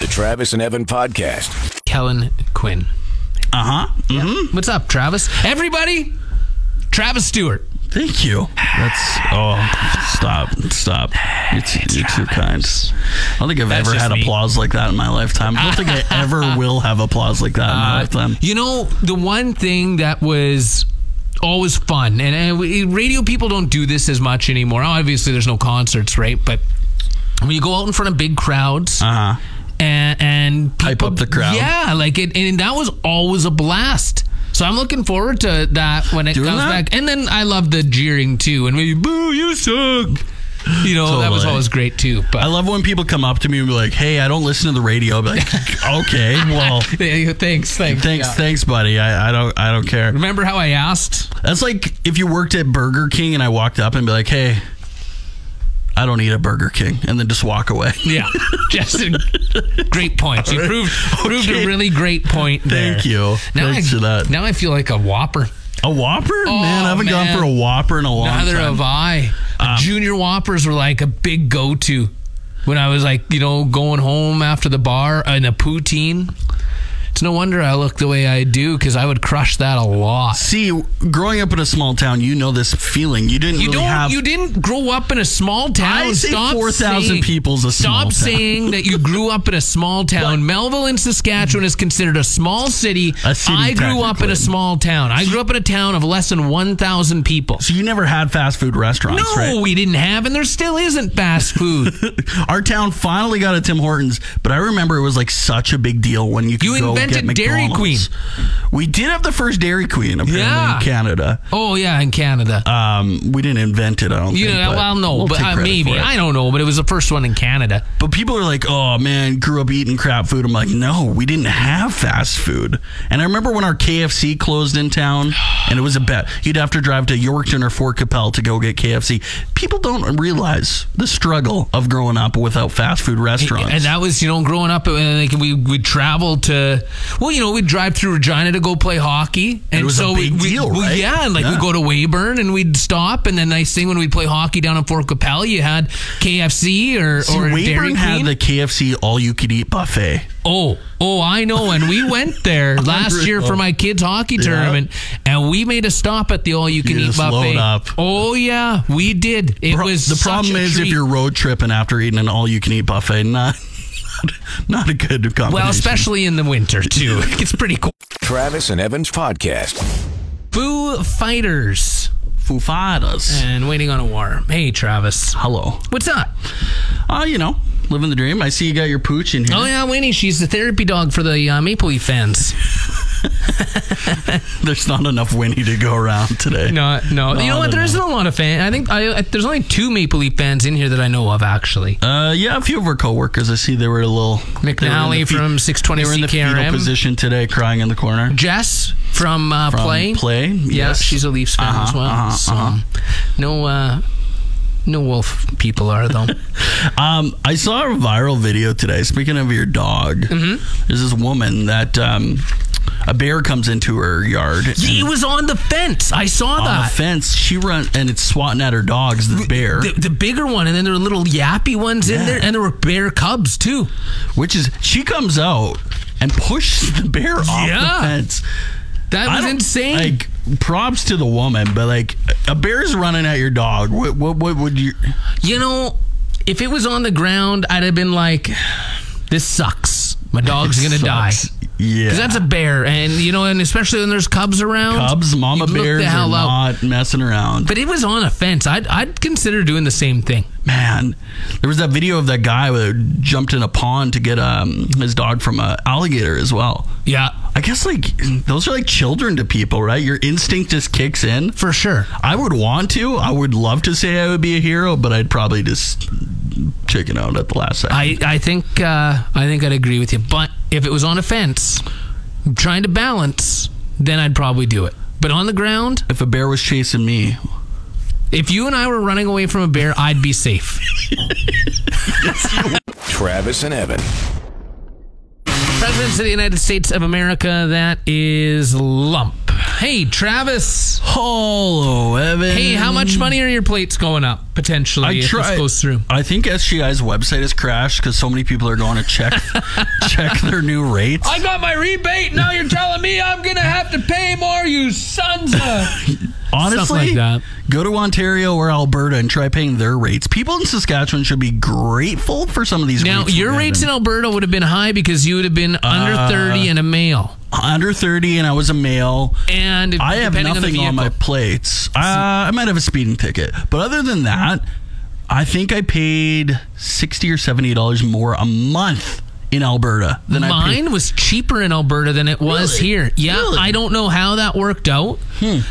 The Travis and Evan Podcast. Kellen Quinn. Uh huh. Mm-hmm. What's up, Travis? Everybody, Travis Stewart. Thank you. That's oh, stop, stop. It's, you're too kind. I don't think I've That's ever just had me. applause like that in my lifetime. I don't think I ever will have applause like that in Uh, my lifetime. You know, the one thing that was always fun, and uh, we- radio people don't do this as much anymore. Obviously, there's no concerts, right? But when you go out in front of big crowds, Uh huh. and, and Hype up the crowd. Yeah, like it, and that was always a blast. So I'm looking forward to that when it Doing comes that? back. And then I love the jeering too, and maybe boo, you suck. You know, that was Totally. always great too. But I love when people come up to me and be like, "Hey, I don't listen to the radio." i like, "Okay, well, Yeah, thanks, thanks, thanks, yeah. thanks, buddy. I, I don't, I don't care." Remember how I asked? That's like if you worked at Burger King and I walked up and be like, "Hey, I don't eat a Burger King," and then just walk away. Yeah, Justin. Great point. You proved proved a Okay. really great point. There. Thank you. Now Thanks I, for that. Now I feel like a Whopper. A Whopper? Oh, man, I haven't man. gone for a Whopper in a long Neither time. Um, have I. Junior Whoppers were like a big go to when I was like, you know, going home after the bar and a poutine. It's no wonder I look the way I do because I would crush that a lot. See, growing up in a small town, you know this feeling. You didn't You really don't. have. you didn't grow up in a small town. I say Stop 4,000 saying- people's a Stop small town. saying that you grew up in a small town. Melville in Saskatchewan is considered a small city. A city, I grew up in a technically. small town. I grew up in a town of less than one thousand people. so you never had fast food restaurants, No, right? we didn't have, and there still isn't fast food. Our town finally got a Tim Hortons, but I remember it was like such a big deal when you could You go invented get Dairy McDonald's. We did have the first Dairy Queen apparently Yeah. in Canada. oh yeah, in Canada. Um, we didn't invent it, I don't you think. know, but well, no, we'll but take uh, credit maybe for it. I don't know. But it was the first one in Canada. But people are like, oh man, grew up eating crap food. I'm like, no, we didn't have fast food. And I remember when our KFC closed in town and it was a bet. You'd have to drive to Yorkton or Fort Capel to go get KFC. People don't realize the struggle of growing up without fast food restaurants. And that was, you know, growing up, uh, like we would travel to, well, you know, we'd drive through Regina to go play hockey, and, was a so we, big we, deal, we- right? yeah, and like we Yeah. go to Weyburn and we'd stop, and then nice thing when we would play hockey down in Fort Capel, you had KFC or See, or Dairy Weyburn had Queen. the KFC all you could eat buffet. oh, oh, I know, and we went there last year for my kids' hockey tournament, and we made a stop at the all you can You eat just buffet. load up. Oh yeah, we did. It Pro- was the such problem a is treat. if you're road tripping after eating an all you can eat buffet, not not a good combination. well, especially in the winter too, it's pretty cool. Travis and Evan's Podcast. Foo Fighters. Foo Fighters. and waiting on a warm. Hey, Travis. Hello. What's up? Uh, you know, living the dream. I see you got your pooch in here. Oh, yeah, Winnie. She's the therapy dog for the uh, Maple Leaf fans. There's not enough Winnie to go around today. No, no. you know I what? don't There isn't a lot of fan. I think I, I- there's only two Maple Leaf fans in here that I know of, actually. Uh, yeah, a few of our coworkers. I see they were a little they were in McNally the fe- from E They were in 620 the fetal CKRM. position today, crying in the corner. Jess from, uh, From Play. Play. Yeah, yes. she's a Leafs fan as well. uh-huh, so, no, uh, no wolf people are though. Um, I saw a viral video today. Speaking of your dog, Mm-hmm. there's this woman that um, a bear comes into her yard. it was on the fence. I saw on a that. fence, she runs and it's swatting at her dogs. The bear, The, the bigger one, and then there were little yappy ones in Yeah. there, and there were bear cubs too. which is she comes out and pushes the bear off Yeah. the fence. That I was don't- insane. Like, props to the woman, but like, a bear's running at your dog. What what, what would you? you know, if it was on the ground, I'd have been like, this sucks. My dog's going to die. Sucks. Yeah, Because that's a bear. And, you know, and especially when there's cubs around. Cubs, mama you'd look the bears are hell out. not messing around. But it was on a fence. I'd, I'd consider doing the same thing. Man, there was that video of that guy who jumped in a pond to get um, his dog from a alligator as well. Yeah, I guess like those are like children to people, right? Your instinct just kicks in. for sure. I would want to. I would love to say I would be a hero, but I'd probably just chicken out at the last second. I, I think uh, I think I'd agree with you. But if it was on a fence, trying to balance, then I'd probably do it. But on the ground, if a bear was chasing me, if you and I were running away from a bear, I'd be safe. Travis and Evan. Presidents of the United States of America, that is Lump. Hey, Travis. Hello, Evan. Hey, how much money are your plates going up potentially I if try, this goes through? I think SGI's website has crashed because so many people are going to check check their new rates. I got my rebate. Now you're telling me I'm gonna have to pay more, you sons of. Honestly, like that. go to Ontario or Alberta and try paying their rates. People in Saskatchewan should be grateful for some of these. now rates your we're rates in having. Alberta would have been high because you would have been under thirty and a male. under thirty, and I was a male. And if, I have depending on, the nothing on, vehicle. my plates. Uh, I might have a speeding ticket, but other than that, I think I paid sixty or seventy dollars more a month in Alberta than I paid. Mine was cheaper in Alberta than it was Really? here. Yeah, Really? Hmm. I don't know how that worked out.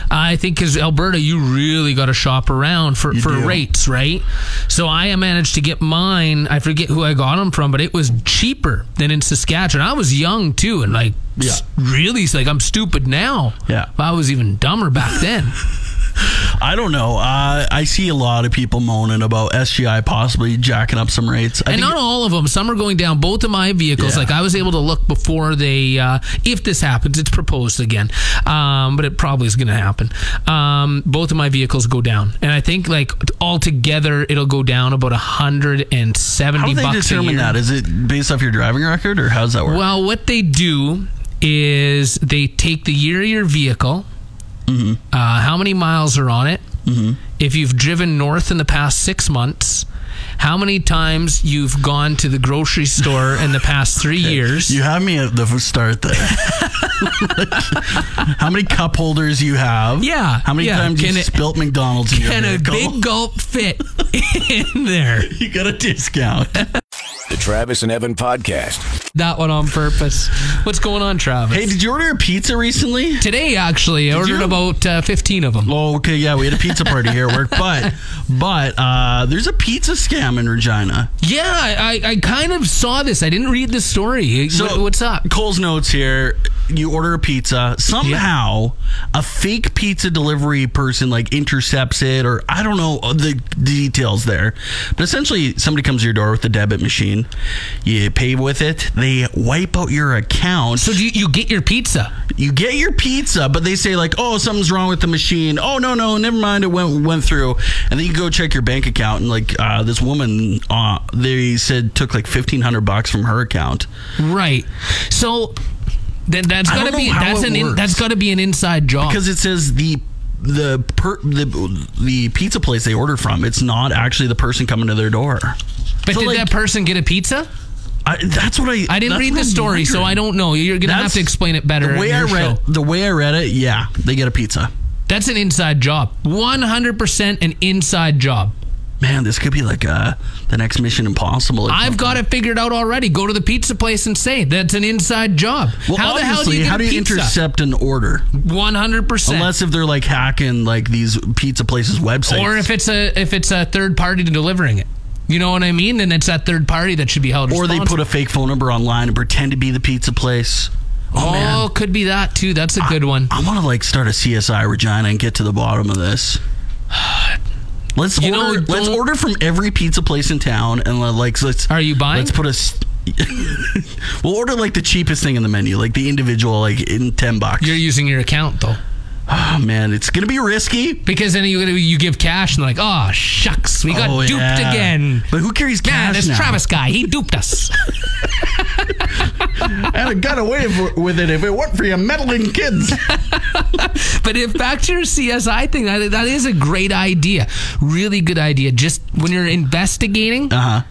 I think because Alberta, you really got to shop around for, for do. rates, right? So I managed to get mine. I forget who I got them from, but it was cheaper than in Saskatchewan. I was young too, and like Yeah. s- really, it's like I'm stupid now. Yeah. But I was even dumber back then. I don't know. Uh, I see a lot of people moaning about SGI possibly jacking up some rates. I and think not all of them. Some are going down. Both of my vehicles, Yeah. like I was able to look before they, uh, if this happens, it's proposed again, um, but it probably is going to happen. Um, both of my vehicles go down, and I think like altogether it'll go down about hundred and how seventy do they bucks a determine year. that? Is it based off your driving record, or how's that work? Well, what they do is they take the year of your vehicle, Mm-hmm. uh, how many miles are on it, if you've driven north in the past six months, how many times you've gone to the grocery store in the past three years. you have me at the start there. how many cup holders you have? Yeah, How many yeah. times you Can it- spilt McDonald's in your Can a vehicle? big gulp fit in there? you got a discount. The Travis and Evan Podcast. That one on purpose. What's going on, Travis? Hey, did you order a pizza recently? Today, actually, I ordered you? about uh, 15 of them. Oh, okay, yeah, we had a pizza party here at work, but but uh, there's a pizza scam in Regina. Yeah, I, I kind of saw this. I didn't read the story. What- what's up? Cole's notes here. You order a pizza. Somehow, a fake pizza delivery person like intercepts it, or I don't know uh, the details there. But essentially, somebody comes to your door with a debit machine. You pay with it. They wipe out your account. So do you, you get your pizza? you get your pizza, but they say like, "Oh, something's wrong with the machine." Oh no, no, never mind. It went went through, and then you go check your bank account, and like uh, this woman, uh, they said took like fifteen hundred bucks from her account. Right. So then that's I gotta don't be know how that's it an in, works. that's gotta be an inside job. because it says the the per, the the pizza place they order from. It's not actually the person coming to their door. but so, did like- that person get a pizza? I, that's what I. I didn't that's read what the I'm story, so I wondering. don't know. You're gonna have That's to explain it better. The way in I your read show. the way I read it, yeah, they get a pizza. that's an inside job. One hundred percent an inside job. Man, this could be like uh, the next Mission Impossible. Or I've something. got it figured out already. Go to the pizza place and say that's an inside job. Well, how the hell do obviously, you get how do you intercept an order? One hundred percent. Unless if they're like hacking like these pizza places' websites, Or if it's a if it's a third party to delivering it. You know what I mean? Then it's that third party that should be held. or they put a fake phone number online and pretend to be the pizza place. Oh, man. could be that too. That's a good one. I want to like start a CSI Regina and get to the bottom of this. Let's You know, order. let's don't- order from every pizza place in town, and let- like let's. Are you buying? Let's put a. s- we'll order like the cheapest thing in the menu, like the individual, like in ten bucks. You're using your account though, oh man, it's gonna be risky. because then you you give cash and they're like, oh shucks, we got Oh, duped yeah. again. But who carries Man, cash this now? Travis guy, he duped us. I'd have got away f- with it if it weren't for you meddling kids. but if back to your CSI thing, that, that is a great idea, really good idea. Just when you're investigating, uh huh.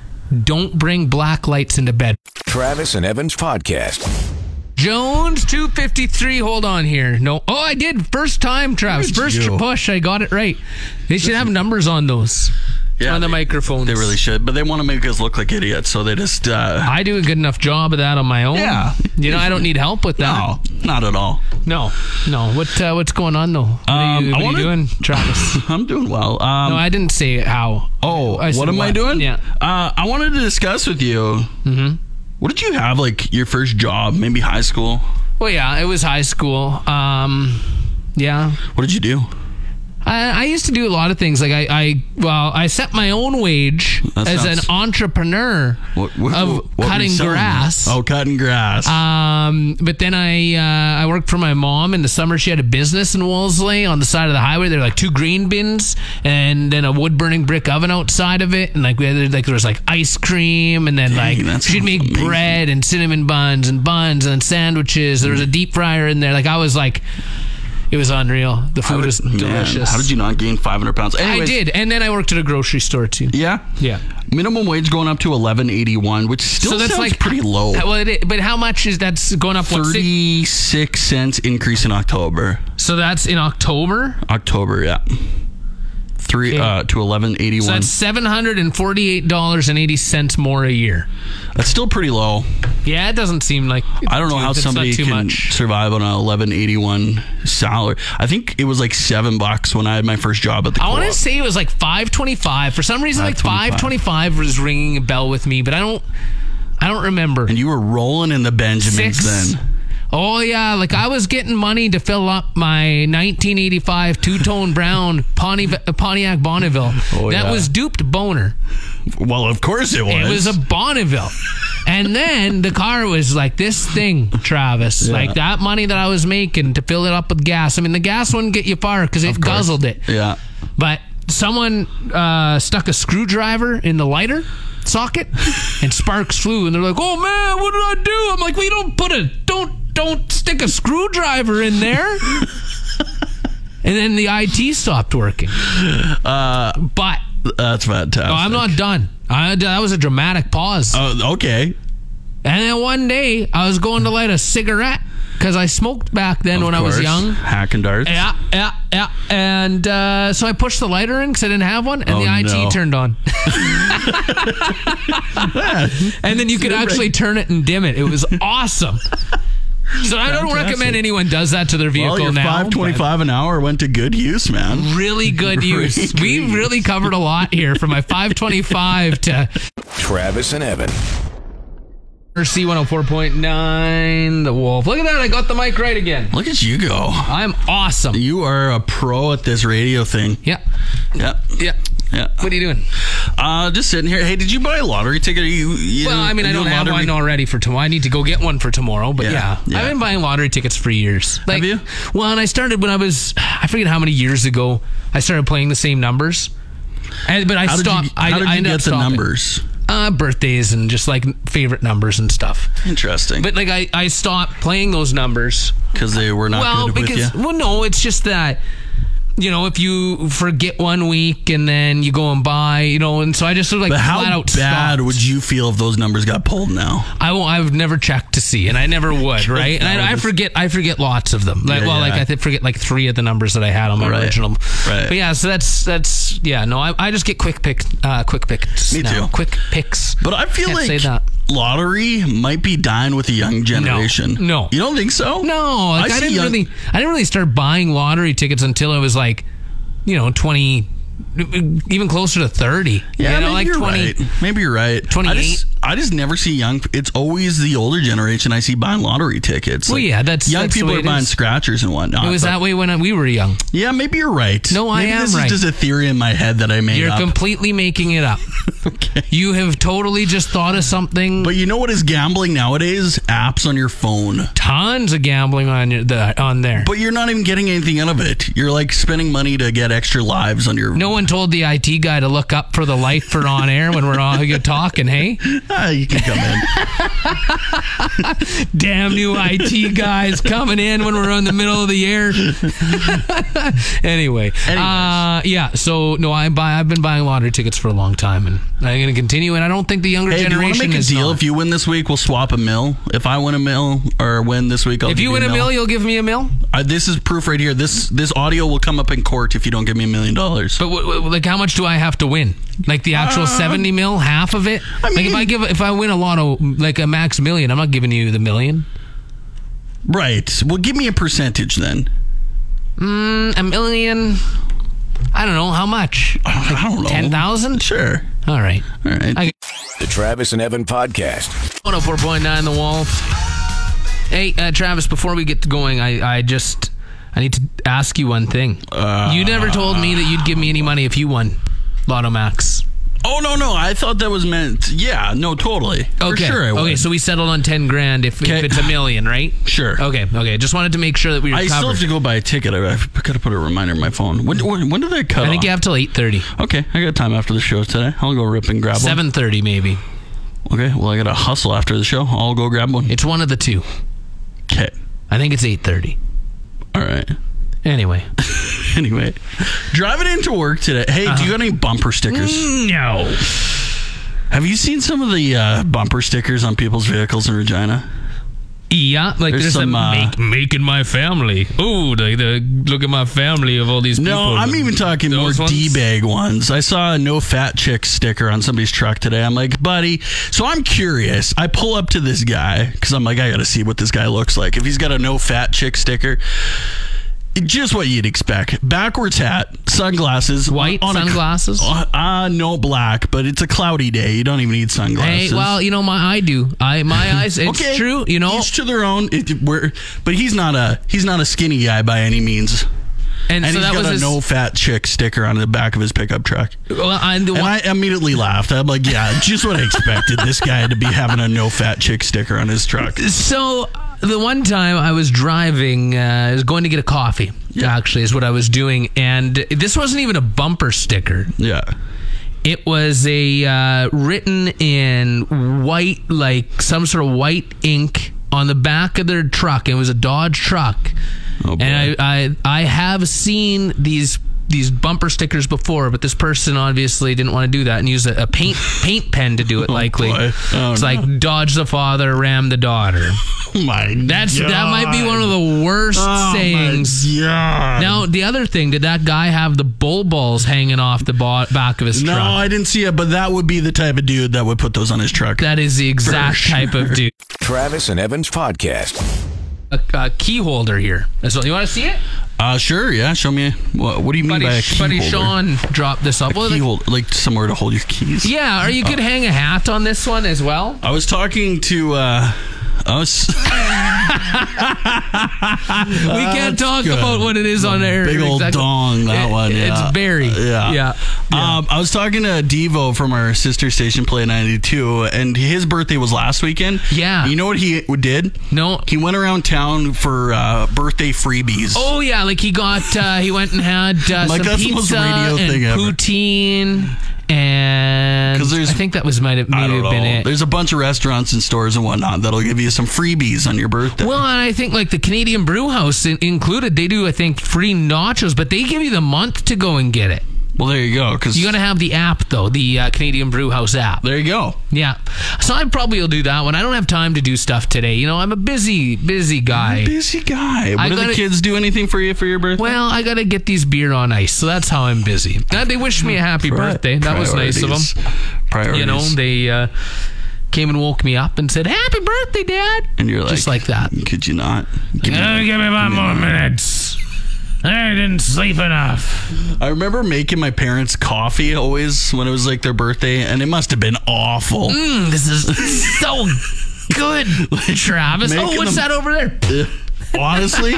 don't bring black lights into bed. Travis and Evan's Podcast. Jones 253. Hold on here. No. Oh, I did. First time, Travis. Look at First you. push. I got it right. They should have numbers on those. Yeah, on the they- microphones. They really should, but they want to make us look like idiots, so they just. uh I do a good enough job of that on my own. Yeah. You know, I don't need help with that. No, not at all. No, no. What uh, what's going on though? What are Um, you, I what are you wanna- doing, Travis? I'm doing well. Um, no, I didn't say how. Oh, I said what am I what. doing? Yeah. Uh, I wanted to discuss with you. Mm-hmm. What did you have like your first job? Maybe high school. Well, yeah, it was high school. Um, yeah, What did you do? I, I used to do a lot of things. Like I, I well, I set my own wage That as sounds- an entrepreneur What- what- of what were you cutting selling? grass. Oh, cutting grass. Um, but then I uh, I worked for my mom in the summer. She had a business in Wolseley on the side of the highway. There were like two green bins and then a wood burning brick oven outside of it. And like we had like there was like ice cream and then Dang, that like she'd sounds make amazing. bread and cinnamon buns and buns and then sandwiches. There was a deep fryer in there. Like I was like, it was unreal. The food was Man, delicious. how did you not gain 500 pounds? I Anyways, did, and then I worked at a grocery store too. Yeah. Yeah. Minimum wage going up to 11.81, which still sounds pretty low. Well, it is, but how much is that's going up? What, six- 36 cents increase in October. so that's in October. October, yeah. Three Okay. uh, to eleven eighty So one. that's seven hundred and forty-eight dollars and eighty cents more a year. That's still pretty low. Yeah, it doesn't seem like I don't know how it's somebody not too can much. survive on a eleven eighty one salary. I think it was like seven bucks when I had my first job at the. I want to co-op. say it was like five twenty-five. For some reason, like five 5.25. twenty-five was ringing a bell with me, but I don't, I don't remember. and you were rolling in the Benjamins Six. then. Oh yeah, like I was getting money to fill up my 1985 two-tone brown Pontiac, Pontiac Bonneville. Oh, that yeah. was duped boner. Well, of course it was. It was a Bonneville. And then the car was like this thing, Travis. Like that money that I was making to fill it up with gas. I mean, the gas wouldn't get you far because it guzzled it. yeah. But someone uh, stuck a screwdriver in the lighter socket, and sparks flew. And they're like, "Oh man, what did I do?" I'm like, "We don't put a don't don't stick a screwdriver in there." and then the IT stopped working. but That's fantastic. I'm not done. I, that was a dramatic pause. Oh, okay. And then one day, I was going to light a cigarette because I smoked back then when Of I was course. young. Hack and darts. Yeah, yeah, yeah. And uh, so I pushed the lighter in because I didn't have one, and Oh, the IT no. turned on. and then you could actually turn it and dim it. It was awesome. So I don't Fantastic. recommend anyone does that to their vehicle Well, your now. five twenty-five an hour went to good use, man. but Really good use. Great We use. really covered a lot here from my 525 to Travis and Evan. C104.9, The Wolf. Look at that. I got the mic right again. Look at you go. I'm awesome. You are a pro at this radio thing. Yeah. Yep. Yeah. Yeah. What are you doing? Uh, just sitting here. Hey, did you buy a lottery ticket? Are you, you Well, I mean, I you don't a have lottery- one already for tomorrow. I need to go get one for tomorrow. But Yeah, yeah, yeah. I've been buying lottery tickets for years. Like, you? Well, and I started when I was I forget how many years ago. I started playing the same numbers, and, but I How did stopped. you, how I, did I you ended get up the stopping. numbers? uh, birthdays, and just like favorite numbers and stuff. Interesting. But like I, I stopped playing those numbers Because they were not well, good because with you. well, no, it's just that you know if you forget one week and then you go and buy, you know, and so I just sort of like But how flat out bad stopped. would you feel if those numbers got pulled now? I won't. I've never checked to see, and I never would, right? And I, I forget. I forget lots of them. Like, Yeah, well, like yeah. I th- forget like three of the numbers that I had on my Right. original. Right. But yeah, so that's that's yeah. No, I, I just get quick pick, uh, quick picks. Me now. too. Quick picks. But I feel Can't like say that. lottery might be dying with the young generation. No. You don't think so? No, like, I, see didn't young- really. I didn't really start buying lottery tickets until I was like, you know, twenty, even closer to thirty. Yeah, you know, maybe like you're twenty. right. Maybe you're right. 28. I just, I just never see young. It's always the older generation I see buying lottery tickets. Well, yeah, that's- young that's the people way are it buying is. scratchers and whatnot. It was but- that way when I, we were young. Yeah, maybe you're right. No, I maybe am this right. is just a theory in my head that I made You're up. completely making it up. okay. You have totally just thought of something. But you know what is gambling nowadays? Apps on your phone. Tons of gambling on your, the, on there. But you're not even getting anything out of it. You're like spending money to get extra lives on your. no one told the IT guy to look up for the light for on air when we're all you're talking. Hey, Ah, you can come in. damn new IT guys coming in when we're in the middle of the air. anyway, uh, yeah. So no, I buy. I've been buying lottery tickets for a long time, and I'm going to continue. And I don't think the younger hey, if you want to generation make a is deal, not. if you win this week, we'll swap a mill. If I win a mill or win this week, I'll If give you win a a mill, you'll give me a mill. Uh, this is proof right here. This this audio will come up in court if you don't give me a million dollars. But w- w- like, how much do I have to win? Like the actual seventy mil, half of it. Uh-huh. I like if mean- I give, if I win a lotto, like a max million, I'm not giving you the million. Right. Well, give me a percentage then. Mm, a million. I don't know how much. Uh, I don't know. Ten thousand. Sure. All right. All right. I- The Travis and Evan Podcast. 104.9 The Wolf. Hey, uh, Travis. Before we get going, I I just I need to ask you one thing. Uh. you never told me that you'd give me any money if you won Lotto Max. Oh no, no, I thought that was meant. Yeah, no, totally. Okay. For sure, I would. Okay, so we settled on ten grand if, if Okay. it's a million, right? Sure. Okay. Okay. Just wanted to make sure that we were I covered. still have to go buy a ticket. I, I gotta put a reminder on my phone. When when, when did that cut? I think off? you have till eight thirty. Okay, I got time after the show today. I'll go rip and grab Seven thirty maybe. one. Okay, well I gotta hustle after the show. I'll go grab one. It's one of the two. Okay. I think it's eight thirty. All right. Anyway. Anyway, driving into work today. Hey, do you got any bumper stickers? Mm. No. Have you seen some of the uh, bumper stickers on people's vehicles in Regina? Yeah, like There's there's, some, some uh, make, making my family. Oh, the, the look at my family of all these people. No, I'm even talking more Those ones? D bag ones. I saw a no fat chick sticker on somebody's truck today. I'm like, buddy. So I'm curious. I pull up to this guy because I'm like, I got to see what this guy looks like. If he's got a no fat chick sticker, just what you'd expect backwards hat, sunglasses, uh, White on a- sunglasses? uh, no black, but it's a cloudy day. You don't even need sunglasses. Hey, well, you know my I do. I my eyes. It's Okay. true. You know, each to their own. It, we're, but he's not a he's not a skinny guy by any means. and, And so he's that got was a his, no fat chick sticker on the back of his pickup truck. well, I'm the And one. I immediately laughed. I'm like, yeah, just what I expected. this guy to be having a no fat chick sticker on his truck. so uh, the one time I was driving, uh, I was going to get a coffee. Actually, is what I was doing, and this wasn't even a bumper sticker. Yeah. It was a uh, written in white, like some sort of white ink on the back of their truck. It was a Dodge truck, Oh, boy. and I, I I have seen these these bumper stickers before, but this person obviously didn't want to do that and used a, a paint paint pen to do it. likely, boy. Oh, it's no. like dodge the father, ram the daughter. Oh my That's God. that might be one of the worst Oh, my sayings. God. Now, the other thing, did that guy have the bull balls hanging off the bo- back of his No, truck? I didn't see it, but that would be the type of dude that would put those on his truck. That is the exact sure. type of dude. Travis and Evan's podcast. A, a key holder here. So you want to see it? Uh, sure, yeah. Show me. What, what do you mean Buddy, by a key buddy holder? Sean dropped this up. Well, Key Uh, like- hold, like somewhere to hold your keys. yeah, or you could hang a hat on this one as well. I was talking to uh, us. We can't talk uh, good. about what it is on air. Big old exactly. dong, that It- one. yeah. Uh, It's Barry. Yeah. Yeah. Um, I was talking to Devo from our sister station, Play 92, and his birthday was last weekend. Yeah. You know what he did? No. He went around town for uh, birthday freebies. Oh yeah, like he got uh, he went and had uh, Like, some that's the most pizza radio and thing ever. poutine and 'Cause there's- I think that was might have I maybe don't have been know. it. There's a bunch of restaurants and stores and whatnot that'll give you some freebies on your birthday. Well, and I think like the Canadian Brew House in- included, they do I think free nachos, but they give you the month to go and get it. Well, there you go. Because You gotta have the app though, the uh, Canadian Brew House app. there you go. Yeah, so I probably will do that one. I don't have time to do stuff today. You know, I'm a busy, busy guy. Busy guy. What do the gotta- kids do anything for you for your birthday? Well, I gotta get these beer on ice, so that's how I'm busy. Uh, they wished me a happy birthday. That was nice of them. Priorities. You know, they uh, came and woke me up and said, "Happy birthday, Dad!" and you're like, just like that. Uh, Could you not? Give me that. give me one more minutes. I didn't sleep enough. I remember making my parents coffee always when it was like their birthday, and it must have been awful. Mm, this is so good, Travis. making Oh, what's them- that over there? Mm. honestly,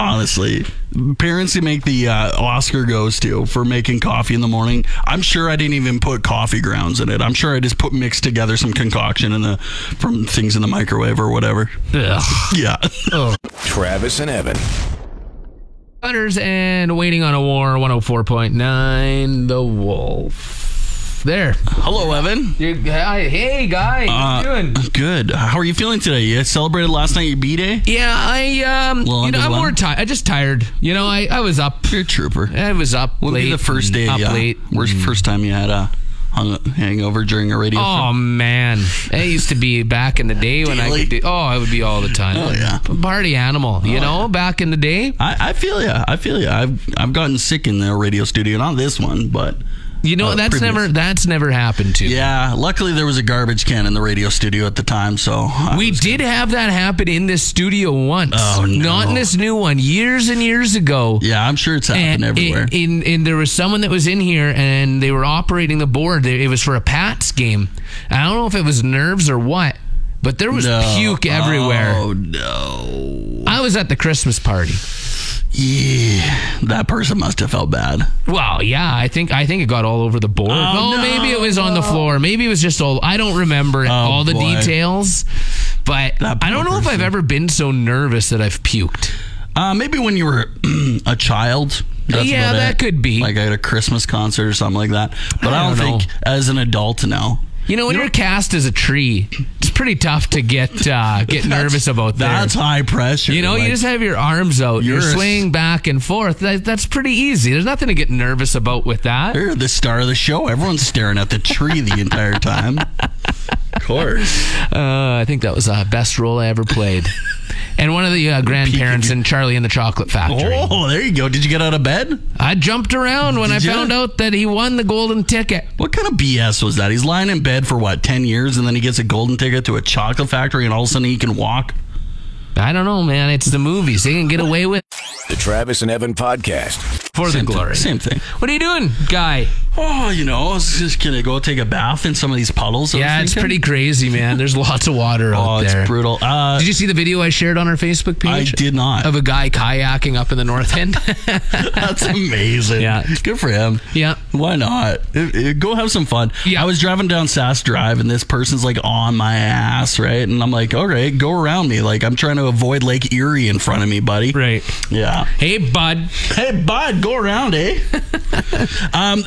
honestly, parents who make the uh, Oscar goes to for making coffee in the morning. I'm sure I didn't even put coffee grounds in it. I'm sure I just put mixed together some concoction in the from things in the microwave or whatever. Ugh. Yeah. Travis and Evan. Hunters and waiting on a war 104.9 The Wolf. There. Hello, Evan. You, hi, hey, guy. How Uh, you doing? Good. How are you feeling today? You celebrated last night your B day. Yeah, I um, Little you under know, the I'm weather? more tired. I just tired. You know, I, I was up. You're a trooper. I was up Would late. be the first and day. Up yeah. late. Mm-hmm. Worst first time you had a hung, hangover during a radio. Oh man, it used to be back in the day when I Daily. could do. Oh, it would be all the time. Oh, yeah. Oh, party animal. You know, back in the day, I, I feel ya. I feel ya. I've I've gotten sick in the radio studio. Not this one, but you know Uh, that's previous. never that's never happened to. me. yeah. Luckily, there was a garbage can in the radio studio at the time. So uh, I We was- did have that happen in this studio once. Oh, no. Not in this new one. Years and years ago. yeah, I'm sure it's happened And, everywhere. in, in, and there was someone that was in here and they were operating the board. They- It was for a Pats game. I don't know if it was nerves or what, but there was No. puke everywhere. Oh no! I was at the Christmas party. Yeah, that person must have felt bad. Well, yeah, I think I think it got all over the board. Oh, no, no, Oh, maybe it was on the floor. Maybe it was just all. I don't remember all the boy. details, but That I don't poor know if I've person. ever been so nervous that I've puked. Uh, maybe when you were a child. That's Yeah, about that it. could be. Like at a Christmas concert or something like that. But I I don't, don't think as an adult now. You know, when you're cast as a tree, it's pretty tough to get uh, get nervous about that. That's high pressure. You know, Like, you just have your arms out, you're, You're a s- swaying back and forth. That, that's pretty easy. There's nothing to get nervous about with that. you're the star of the show. Everyone's staring at the tree the entire time. Of course. Uh, I think that was the best role I ever played. and one of the uh, grandparents in Charlie and the Chocolate Factory. Oh, there you go. Did you get out of bed? I jumped around when I Did ya? found out that he won the golden ticket. What kind of BS was that? He's lying in bed for what, 10 years, and then he gets a golden ticket to a chocolate factory, and all of a sudden he can walk? I don't know, man. It's the movies. They can get away with The Travis and Evan Podcast. for the Same thing- glory. Same thing. What are you doing, guy? Oh, you know, I was just gonna go take a bath in some of these puddles. I was Yeah, it's thinking. pretty crazy, man. There's lots of water Oh, out it's there. brutal. Uh, Did you see the video I shared on our Facebook I page? did not. Of a guy kayaking up in the north end. That's amazing. Yeah. good for him. Yeah. why not? It- it- go have some fun. Yeah. I was driving down Sass Drive, and this person's like on my ass, right? And I'm like, all right, go around me. Like I'm trying to avoid Lake Erie in front of me, buddy. right. Yeah. Hey, bud. Hey, bud, go around, eh? um,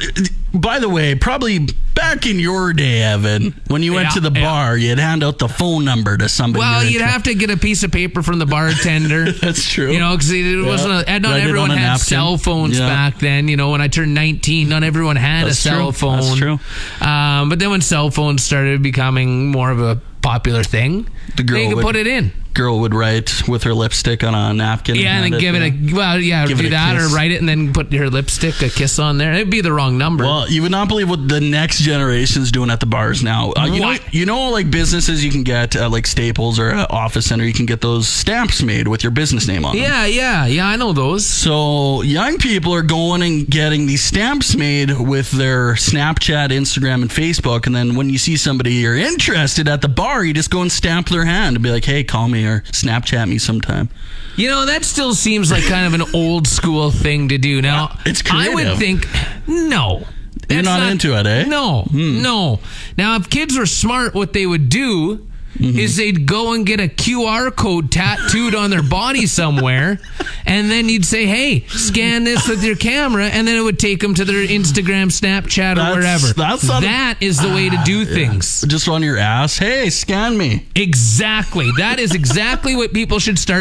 by the way, probably back in your day, Evan, when you went Yeah, to the yeah. bar, you'd hand out the phone number to somebody. Well, you're you'd interested- have to get a piece of paper from the bartender. That's true. You know, because it wasn't. A, and not Write it on everyone a had napkin. cell phones Yeah. back then. You know, when I turned 19, not everyone had That's a cell true. phone. That's true. Um, but then when cell phones started becoming more of a popular thing, The girl they could would- put it in. girl would write with her lipstick on a napkin. Yeah, and hand then give yeah. it a well, yeah, Give it do a that kiss. or write it and then put your lipstick a kiss on there. It'd be the wrong number. Well, you would not believe what the next generation's doing at the bars now. Uh, you know, What? you know, like businesses you can get, uh, like Staples or uh, Office Center, you can get those stamps made with your business name on them. yeah, yeah, yeah. I know those. So young people are going and getting these stamps made with their Snapchat, Instagram, and Facebook. And then when you see somebody you're interested at the bar, you just go and stamp their hand and be like, "Hey, call me or Snapchat me sometime." You know that still seems like kind of an old school thing to do. Now It's I would creative. think no. You're That's not into it, eh? No, no. Now, if kids were smart, what they would do Mm-hmm. is they'd go and get a QR code tattooed on their body somewhere, and then you'd say, "Hey, scan this with your camera," and then it would take them to their Instagram, Snapchat, That's- or wherever. that's not a- Ah, That is the way to do things. Just on your ass. Hey, scan me. Exactly. That is exactly what people should start.